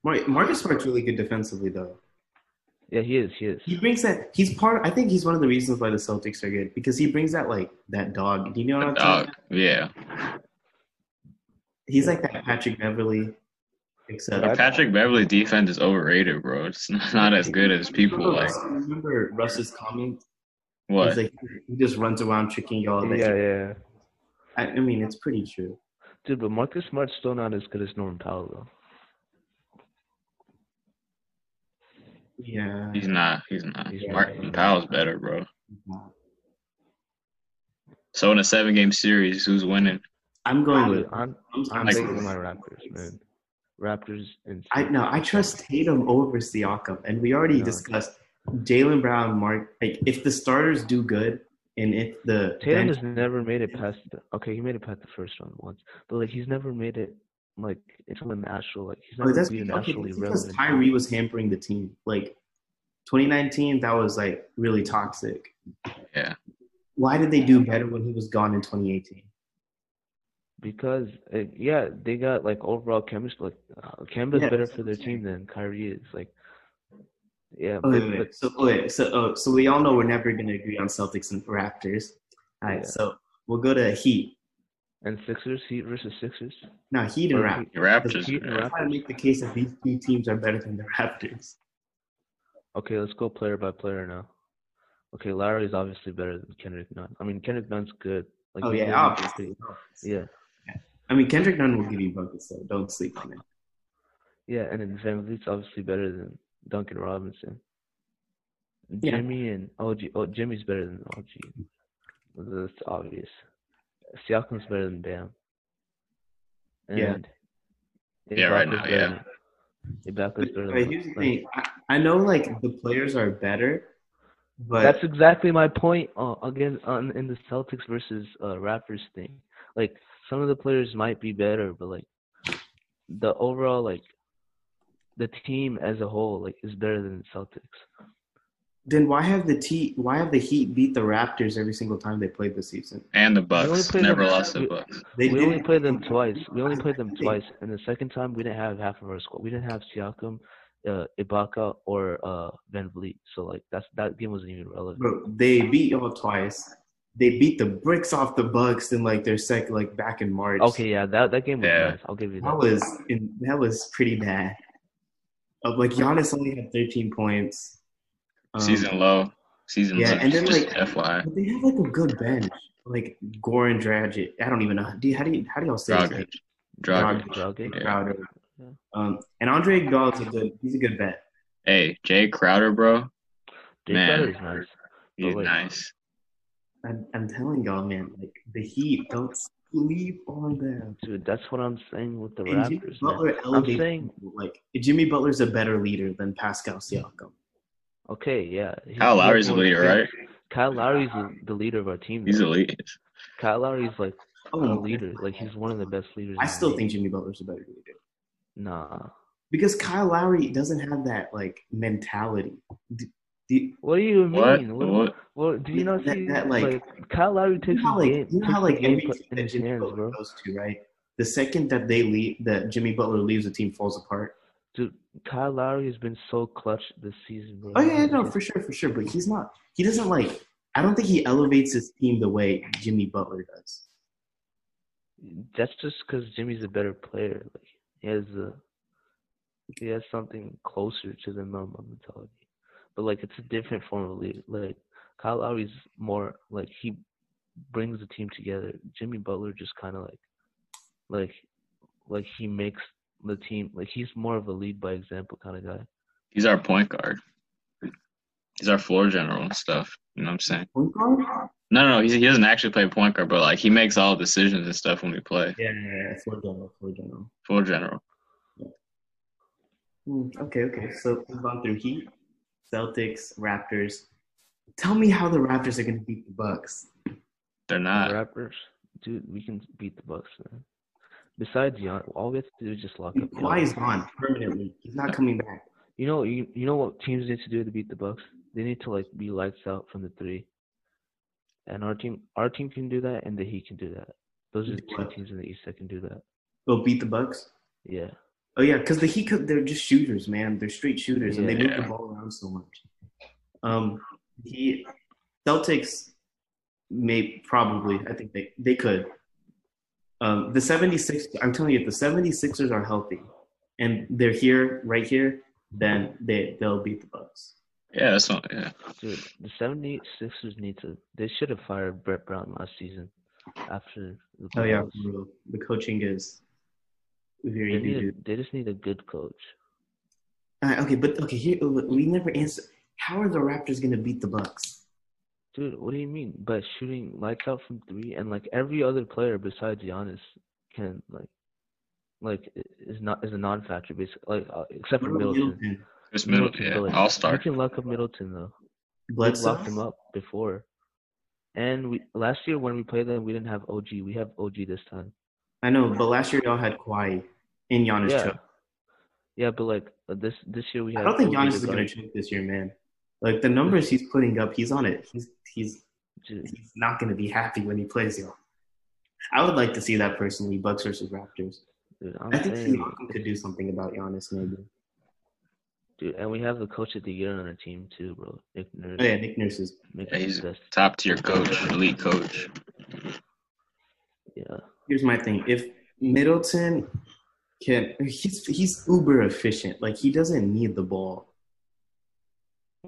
Mar- Marcus Smart's really good defensively though.
Yeah, he is. He is.
He brings that. He's part. I think he's one of the reasons why the Celtics are good because he brings that like that dog. Do you know what I'm talking?
Dog. Yeah.
He's like that Patrick Beverly, except
Yeah, I-
Patrick Beverly defense is overrated, bro. It's not as good as people
Remember
like.
Russ- remember Russ's comment?
What?
He's like he just runs around tricking y'all. That
Yeah, yeah.
I, I mean, it's pretty true.
Dude, but Marcus Smart's still not as good as Norm Powell though.
Yeah.
He's not. He's not.
He's
Martin
not.
Powell's better, bro. So in a seven game series, who's winning?
I'm going with.
Dude, I'm
I'm, I'm
I'm
Like-
taking my Raptors, man. Raptors and
I no, I trust Tatum over Siakam, and we already
No.
discussed Jalen Brown. Mark, like if the starters do good, and if the
Tatum
bench-
has never made it past. The, okay, he made it past the first round once, but like he's never made it like into an actual like he's
Oh,
never
that's
been
because,
an
okay,
actually
that's because
relevant.
Kyrie was hampering the team. Like 2019, that was like really toxic.
Yeah.
Why did they do better when he was gone in 2018?
Because uh, yeah, they got like overall chemistry. Like uh, Kemba's
Yeah,
better
that's
for
what
their
I'm saying.
team than Kyrie is. Like yeah,
Oh,
but,
wait,
but-
wait, wait. So, oh, wait, so, oh, so we all know we're never going to agree on Celtics and Raptors. All right,
Yeah.
so we'll go to Heat.
and Sixers Heat versus Sixers.
No, Heat and
Or
Raptors.
Heat-
The
the
Raptors.
Heat and
man.
I'm trying to
Raptors.
make the case that these two teams are better than the Raptors.
Okay, let's go player by player now. Okay, Lowry's obviously better than Kendrick Nunn. I mean, Kendrick Nunn's good. Like,
Oh,
he's
yeah,
really
obviously.
good. Yeah,
I mean, Kendrick Nunn will give you buckets, so don't sleep on it.
yeah, and then Van Vliet's obviously better than Duncan Robinson.
Yeah.
Jimmy and OG. Oh, Jimmy's better than OG. That's obvious. Siakam's better than Bam.
Yeah.
And
Yeah, right
Ibaka's
now,
better than- Ibaka's
But,
better
but
than
here's the
Lillard.
thing. I, I know, like, the players are better, but
That's exactly my point. Uh, again, on in the Celtics versus uh, Raptors thing, like some of the players might be better, but like the overall, like the team as a whole, like is better than the Celtics.
Then why have the T? Why have the Heat beat the Raptors every single time they played this season?
And the
only
Bucks.
played
Never
them-
lost the
we-
Bucks.
They
we
did-
only played them twice. We only played them
They-
twice, and the second time we didn't have half of our squad. We didn't have Siakam, uh, Ibaka, or uh, Van Vliet. So like that's that game wasn't even relevant.
Bro, they beat y'all twice. They beat the bricks off the Bucks in like their second, like back in March.
Okay, yeah, that that game was
Yeah.
nice. I'll give you that.
that was in, that was pretty bad. Of like Giannis only had 13 points. Um,
Season low. Season
yeah,
low.
and then,
Just
like-
FYI.
But they have like a good bench, like Goran Dragic. I don't even know. Do you, how do you how do y'all say his name?
Dragic. Dragic.
Dragic.
Yeah.
Crowder.
Yeah.
Um, and Andre Iguodala's a good. He's a good bet.
Hey, Jay Crowder, bro.
Jay
Man.
Crowder's nice.
He's
wait.
nice.
I'm, I'm telling y'all, man, like the Heat, don't sleep on them.
Dude, that's what I'm saying with the
And Jimmy
Raptors. man.
Butler elevates
saying-
people. like Jimmy Butler's a better leader than Pascal Siakam.
Okay, yeah. He's
Kyle
he's
Lowry's the
one of
leader,
the
right?
best. Kyle Lowry's the- the leader of our team.
He's
though.
elite.
Kyle Lowry's like
Oh,
a
no,
leader. Like he's one of the best leaders.
I
in the
still
league.
think Jimmy Butler's a better leader
Nah.
because Kyle Lowry doesn't have that like mentality. D- d-
What do you mean?
What?
What?
What?
well, do you not
That-
see
that, like-
Kyle Lowry
you
takes
know how
the
like
game,
you know
takes
how
the
like
game
every
put
team
in
that
his
Jimmy
hands,
Butler
bro.
goes to, right? The second that they leave, that Jimmy Butler leaves, the team falls apart.
Dude, Kyle Lowry has been so clutch this season, bro.
Oh yeah, yeah, no, for sure, for sure. But he's not. He doesn't like. I don't think he elevates his team the way Jimmy Butler does.
That's just because Jimmy's a better player. Like he has a, he has something closer to the normal mentality, but like it's a different form of league. Like Kyle Lowry's more like he brings the team together. Jimmy Butler just kind of like, like, like he makes the team like he's more of a lead by example kind of guy.
He's our point guard. He's our floor general and stuff. You know what I'm saying?
Point guard?
No, no, no. He, he doesn't actually play point guard, but like he makes all the decisions and stuff when we play
Yeah, yeah, yeah, floor general, floor general.
floor general.
Hmm, okay, okay. So we've gone through Heat, Celtics, Raptors. Tell me how the Raptors are going to beat the Bucks.
The
They're not.
Raptors, dude, we can beat the Bucks. Man. Besides Gian, all we have to do is just lock up.
Kawhi is
Giannis.
gone permanently. He's not coming back.
You know, you, you know what teams need to do to beat the Bucks? They need to like be lights out from the three. And our team, our team can do that, and the Heat can do that. Those are the two
Yeah.
teams in the East that can do that.
They'll beat the Bucks.
Yeah,
Oh yeah, because the Heat, could- they're just shooters, man. They're straight shooters, and they move the
Yeah.
ball around so much. Um, he Celtics may probably, I think they they could. Um, the 76 I'm telling you, if the 76ers are healthy and they're here, right here, then they they'll beat the Bucks.
Yeah, that's not. Yeah,
dude, the 76ers need to. They should have fired Brett Brown last season. After the
Oh yeah,
playoffs.
for real. the coaching is very
they,
doo-doo.
need a, they just need a good coach.
All right, okay, but okay, here we never answer. How are the Raptors gonna beat the Bucks?
Dude, what do you mean? By shooting lights out from three, and like every other player besides Giannis can like, like i- is not is a non-factor, basically. Like uh, except for
What about
Middleton.
Middleton?
Chris Middleton.
Middleton,
Yeah,
Billups.
all
You
star.
can lock up Middleton though. We
Bledsoe?
locked him up before, and we last year when we played them, we didn't have OG. We have OG this time.
I know, but last year y'all had Kawhi and Giannis
Yeah,
choke.
yeah, but like uh, this this year we
I
have.
don't think
OG
Giannis
to
is
guard
gonna choke this year, man. Like the numbers he's putting up, he's on it. He's he's
Ju-
he's not gonna be happy when he plays y'all. I would like to see that personally, Bucks versus Raptors.
Dude, I'm
I think
saying,
Siakam could do something about Giannis maybe.
dude, and we have the coach of the year on our team too, bro. Nick Nurse.
Oh yeah, Nick Nurse is
Nick
Yeah, he's-
Nurse,
Top tier coach, elite coach.
yeah.
here's my thing. If Middleton can he's he's uber efficient. Like he doesn't need the ball.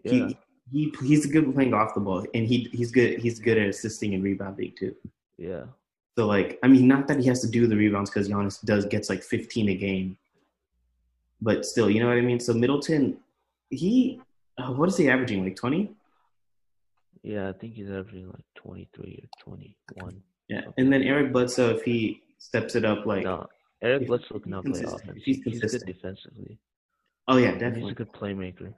Yeah.
He, he he's good playing off the ball and he he's good he's good at assisting and rebounding too.
yeah.
So like, I mean, not that he has to do the rebounds because Giannis does gets like 15 a game, but still, you know what I mean. So Middleton, he uh, what is he averaging? Like 20?
Yeah, I think he's averaging like 23 or 21.
Yeah. And then Eric Bledsoe, if he steps it up, like
No, Eric
if
Bledsoe cannot play
consistent-
offense.
if he's
He's good
consistent.
defensively.
oh yeah,
And He's a
definitely.
good playmaker.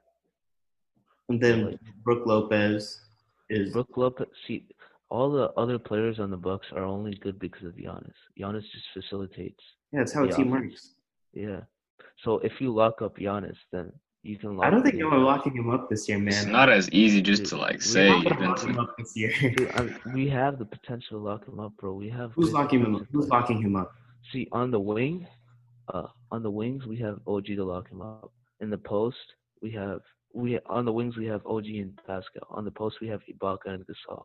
And then
like-
Brooke Lopez is
Brook Lopez, see, all the other players on the Bucks are only good because of Giannis. Giannis just facilitates.
yeah, that's how a
Yeah.
team works.
Yeah. So if you lock up Giannis, then you can lock
I don't think
up
y'all
the-
are locking him up this year,
It's
man.
not as easy just to like say.
Y'all
you've
gotta
been
lock him
to-
up this year.
Dude, I um, we have the potential to lock him up, bro. We have.
Who's
good
locking him up?
defensive
Who's
players.
locking him up?
See, on the wing, uh, on the wings we have OG to lock him up. In the post, we have we on the wings we have OG and Pascal. On the post, we have Ibaka and Gasol.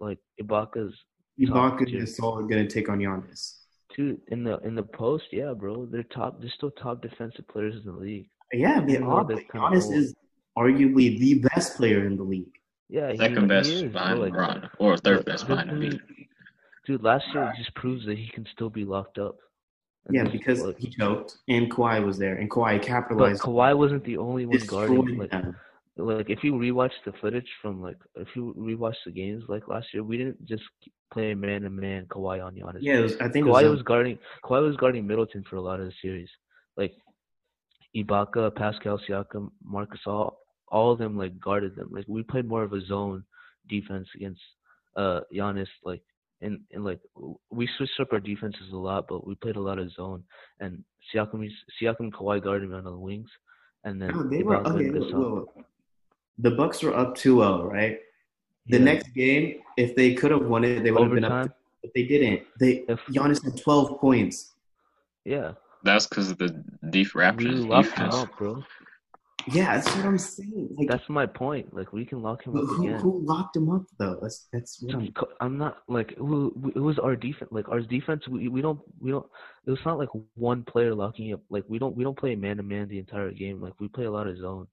Like Ibaka's
Ibaka
tier.
and Gasol are gonna take on Giannis.
two in the in the post. Yeah, bro, they're top. They're still top defensive players in the league.
Yeah, they
Yeah,
are.
that's
But
kinda
Giannis
old.
is arguably the best player in the league.
Yeah, he-
Second
he
best
is, bro,
behind
like,
LeBron, or third
look,
best
this
behind Embiid.
dude- Dude, last year just proves that he can still be locked up. And
Yeah,
this-
because
like,
he choked and Kawhi was there, and Kawhi
but
capitalized,
Kawhi wasn't the only one guarding.
destroyed
Like,
them.
like if you rewatch the footage from like if you rewatch the games like last year, we didn't just play man to man Kawhi on Giannis.
Yeah, it was, I think it was,
Kawhi was guarding Kawhi was guarding Middleton for a lot of the series. Like Ibaka, Pascal Siakam, Marcus all all of them like guarded them. Like we played more of a zone defense against uh Giannis like and, and like w- we switched up our defenses a lot, but we played a lot of zone and Siakam used- Siakam and Kawhi guarded me on the wings and then
No, Oh, they were
Ibaka and
okay. Look,
Gasol.
look, look. The Bucks were up 2-0, right? The
Yeah.
next game, if they could have won it, they would have been up.
overtime.
But they didn't. They
If
Giannis had 12 points.
yeah,
That's because of the deep
we
Raptors
locked him
defense.
up, bro.
Yeah, that's what I'm saying. Like,
That's my point. Like we can lock him
who,
up
who,
again.
who locked him up though? That's that's what I'm.
Co- I'm not like who- who- it was our defense. Like our defense, we, we don't we don't. It was not like one player locking up. Like we don't we don't play man to man the entire game. Like we play a lot of zone.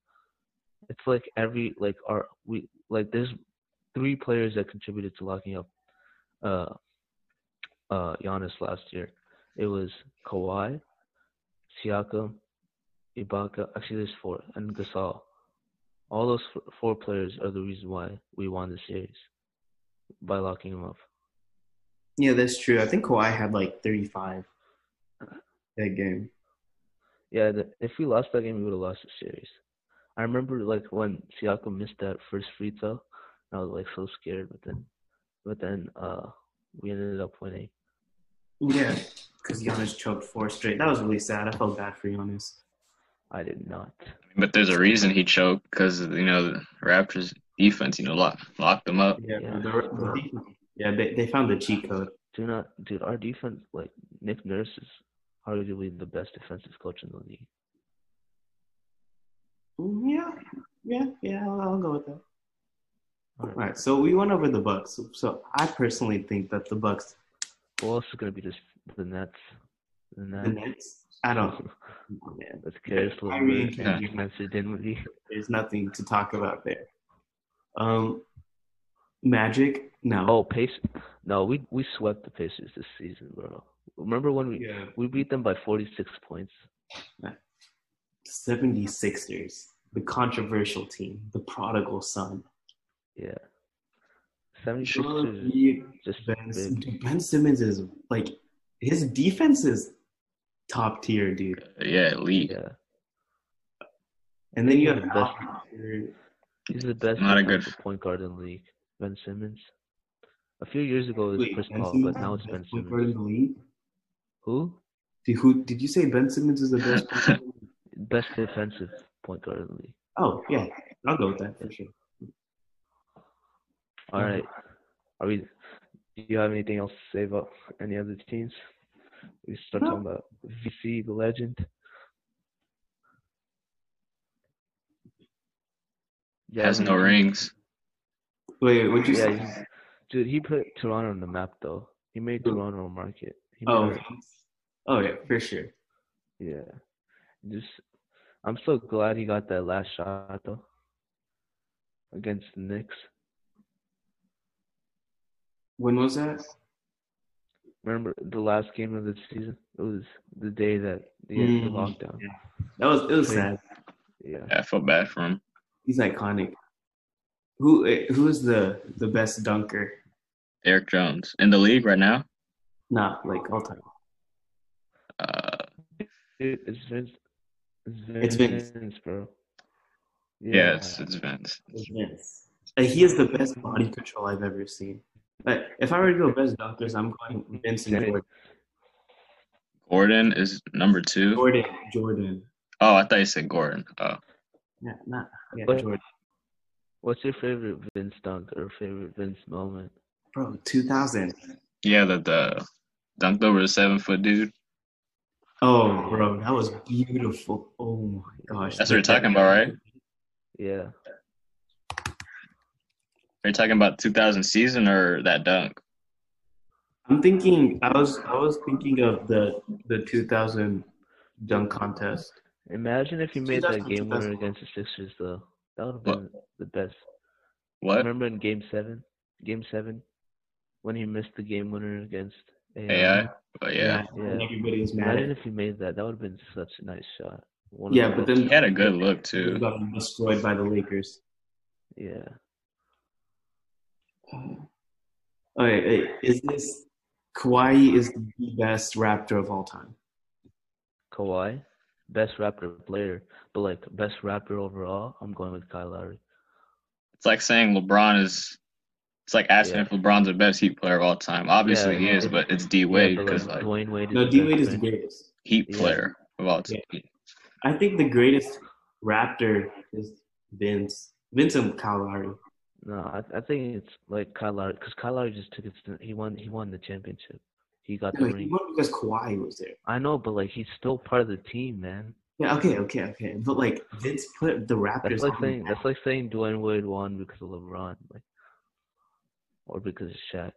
It's like every like our we like there's three players that contributed to locking up, uh, uh, Giannis last year. It was Kawhi, Siakam, Ibaka. Actually, there's four and Gasol. All those f- four players are the reason why we won the series by locking them up.
Yeah, that's true. I think Kawhi had like 35 that game.
Yeah, the, if we lost that game, we would have lost the series. I remember like when Siakam missed that first free throw, and I was like so scared. But then, but then uh, we ended up winning.
Yeah, because Giannis choked four straight. That was really sad. I felt bad for Giannis.
I did not.
But there's a reason he choked because you know the Raptors defense, you know, lock, locked them up.
Yeah,
Yeah.
the- the- yeah they, they found the cheat code.
Do not, dude. Our defense, like Nick Nurse, is arguably the best defensive coach in the league.
Mm, Yeah, yeah, yeah. I'll, I'll go with that.
All
All
right.
right. So we went over the Bucks. So I personally think that the Bucks,
Who else is gonna be this? The Nets. The
the
Nets.
Nets. I don't. oh, Man,
That's Karis
I really
LeVert.
can't
and Spencer Dinwiddie.
there's nothing to talk about there. Um, Magic. No.
Oh, Pacers. No, we we swept the Pacers this season, bro. Remember when we
yeah.
we beat them by 46 points?
76ers, the controversial team, the prodigal son.
Yeah. 76
Sean
is
Embiid,
just
Ben,
big.
ben Simmons is like his defense is top tier, dude.
Yeah, elite.
Yeah.
And then you have
Yeah,
Al
best-
Horford.
He's the best
Not a good-
defensive point guard in the league. Ben Simmons. A few years ago it was
Wait,
Chris
Ben
Paul,
Simmons
but now
is
it's
the
Ben
best point guard
Simmons.
in the league.
Who?
Did, who, did you say Ben Simmons is the best? point guard in the league?
Best defensive point guard in the league.
Oh yeah, I'll go with that for sure.
All right. Are we? Do you have anything else to say about any other teams? We start
No.
talking about VC, the legend. Yeah,
Has no
he-
rings.
Wait, what'd you
Yeah,
say?
he's- dude, he put Toronto on the map though. He made
Who?
Toronto a market. He
Oh,
made-
oh yeah, for sure.
yeah. Just, I'm so glad he got that last shot though against the Knicks.
When was that?
Remember the last game of the season? It was the day that the, the
Mm.
lockdown.
That was it was
Wait.
sad.
Yeah.
Yeah, I feel bad for him.
He's iconic. Who eh, who is the the best dunker?
Eric Jones in the league right now.
Nah, like all time.
Uh,
Dude, it's Vince. It's Vince,
It's Vince.
bro.
yeah, it's, it's Vince.
is Vince. Like, Eh, he is the best body control I've ever seen. Like, if I were to go best doctors, I'm going Vince and
Yeah.
Jordan.
Gordon is number two.
Jordan, Jordan.
Oh, I thought you said Gordon. Oh,
Yeah, not yeah,
But-
Jordan.
What's your favorite Vince dunk or favorite Vince moment?
Bro, 2000.
yeah, the the dunked over the seven foot dude.
Oh, bro, that was beautiful. Oh my gosh.
That's what you're talking about, right?
Yeah,
Are you talking about 2000 season or that dunk?
I'm thinking. I was I was thinking of the the 2000 dunk contest.
imagine if you made that
2000,
game winner
2000.
against the Sixers though. That would have
What?
been the best.
What?
Remember in Game Seven, Game Seven, when he missed the game winner against AI.
AI? But yeah.
and everybody was mad.
Imagine
At
if you made that. That would have been such a nice shot. One of
yeah,
the
but
best-
then
He had a good look
we
too.
got destroyed by the Lakers.
yeah.
Uh, All right, wait, is this Kawhi is the best Raptor of all time?
Kawhi, best Raptor player, but like best Raptor overall, I'm going with Kyle Lowry.
It's like saying LeBron is. It's like asking
Yeah.
if LeBron's the best Heat player of all time. Obviously
Yeah,
he is,
it's-
but it's D
Yeah,
Wade
but,
because
like,
like
Dwayne Wade.
No,
the
D
best
Wade is the
player.
greatest.
Heat
yeah.
player of all time.
I think the greatest Raptor is Vince. Vince and Kyle Lowry.
No, I, I think it's like Kyle Lowry because Kyle Lowry just took it. to- He won. He won the championship. He got the
No, he
ring.
won because Kawhi was there.
I know, but like he's still part of the team, man.
Yeah, okay, okay, okay. But like Vince put the Raptors
That's like
on the
saying
map.
that's like saying Dwayne Wade won because of LeBron, like, or because of Shaq.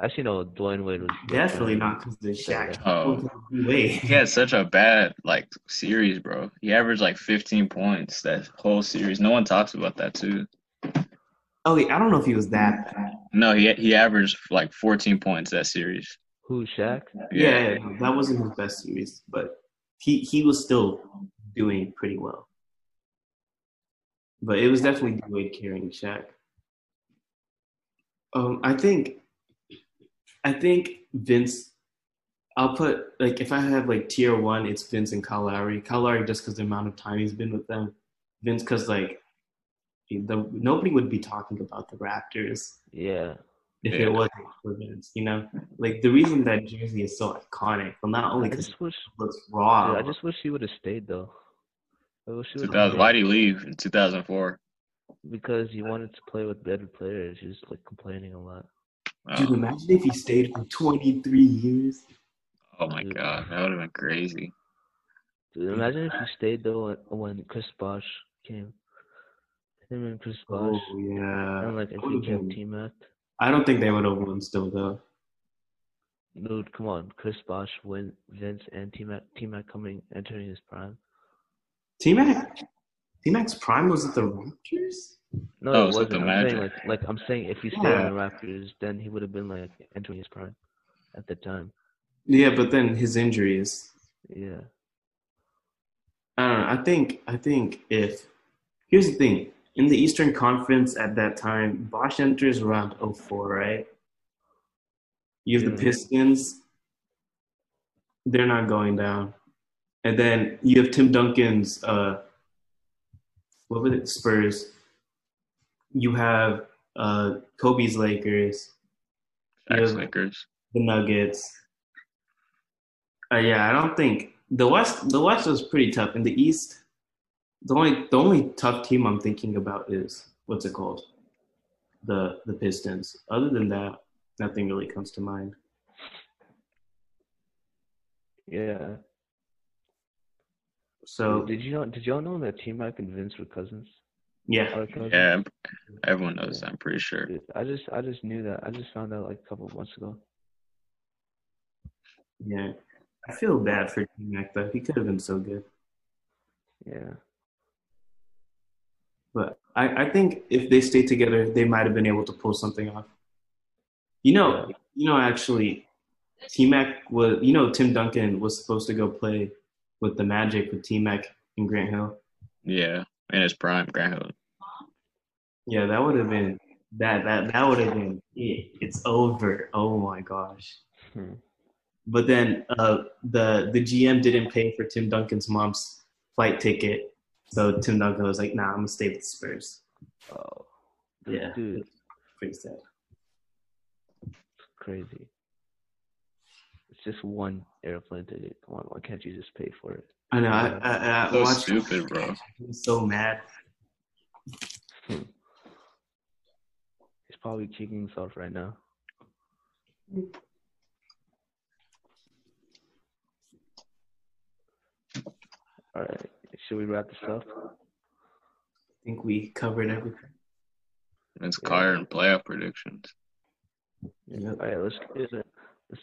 Actually, no, Dwayne Wade was
Definitely not because of Shaq.
Oh,
Wait.
he had such a bad like series, bro. He averaged like 15 points that whole series. No one talks about that too.
Oh, wait, I don't know if he was that bad.
No, he he averaged like 14 points that series.
Who Shaq?
Yeah, yeah, no, that wasn't his best series, but he he was still doing pretty well. But it was definitely Dwayne carrying Shaq. Um, I think, I think Vince. I'll put like if I have like tier one, it's Vince and Kyle Lowry. Kyle Lowry just because the amount of time he's been with them. Vince because like, the, nobody would be talking about the Raptors
Yeah.
if
Yeah.
it wasn't for Vince. You know, like the reason that jersey is so iconic. Well, not only
I
because it
just wish.
looks raw.
dude, I just wish he would have stayed though. I wish he
Two
would
thousand. Why'd he leave in two thousand four?
because he wanted to play with better players. He was like complaining a lot.
Dude,
Oh,
imagine if he stayed for 23 years.
oh my
Dude.
god, that would have been crazy.
Dude, imagine if he stayed though when, when Chris Bosh came. Him and Chris Bosh.
Oh, yeah.
and like
would've
if he kept
been-
team act.
I don't think they would have won still, though.
Dude, come on. Chris Bosh, Win, Vince, and T Mac T Mac coming entering his prime.
T Mac? T Mac's prime was at the Raptors?
No,
Oh,
it
so
wasn't.
the
I'm saying
Magic.
like like I'm saying if he stayed
Yeah.
on the Raptors, then he would have been like entering his prime at the time.
Yeah, but then his injuries.
Yeah.
I don't know. I think, I think if. Here's the thing. In the Eastern Conference at that time, Bosch enters around 04, right? You have the
Yeah.
Pistons. They're not going down. And then you have Tim Duncan's uh what was it? Spurs. You have uh Kobe's Lakers,
Shaq's
Yeah.
Lakers.
the Nuggets. Uh, yeah, I don't think the West the West was pretty tough. In the East, the only the only tough team I'm thinking about is what's it called? The the Pistons. Other than that, nothing really comes to mind.
Yeah.
So
did you know did y'all know that T Mac and Vince were cousins?
yeah.
Are cousins?
Yeah, everyone knows that. I'm pretty sure.
Dude, I just I just knew that. I just found out like a couple of months ago.
Yeah. I feel bad for T Mac though. He could have been so good.
Yeah.
But I, I think if they stayed together, they might have been able to pull something off. You know, you know, actually, T Mac was, you know, Tim Duncan was supposed to go play with the Magic with T Mac and Grant Hill.
Yeah, and his prime, Grant Hill.
Yeah, that would have been that that that would have been it. It's over. Oh my gosh.
Hmm.
But then uh, the the GM didn't pay for Tim Duncan's mom's flight ticket, so Tim Duncan was like, "Nah, I'm gonna stay with the Spurs."
Oh. Dude,
Yeah.
dude
Pretty sad.
it's crazy. It's just one airplane ticket. Come on, why can't you just pay for it?
I know. I, I, I
So
watched.
stupid, bro.
I was so mad.
Hmm. He's probably kicking himself right now. All right, should we wrap this up?
I think we covered everything.
Vince
Yeah.
Carter and playoff predictions.
Yep.
All right, let's do it. Let's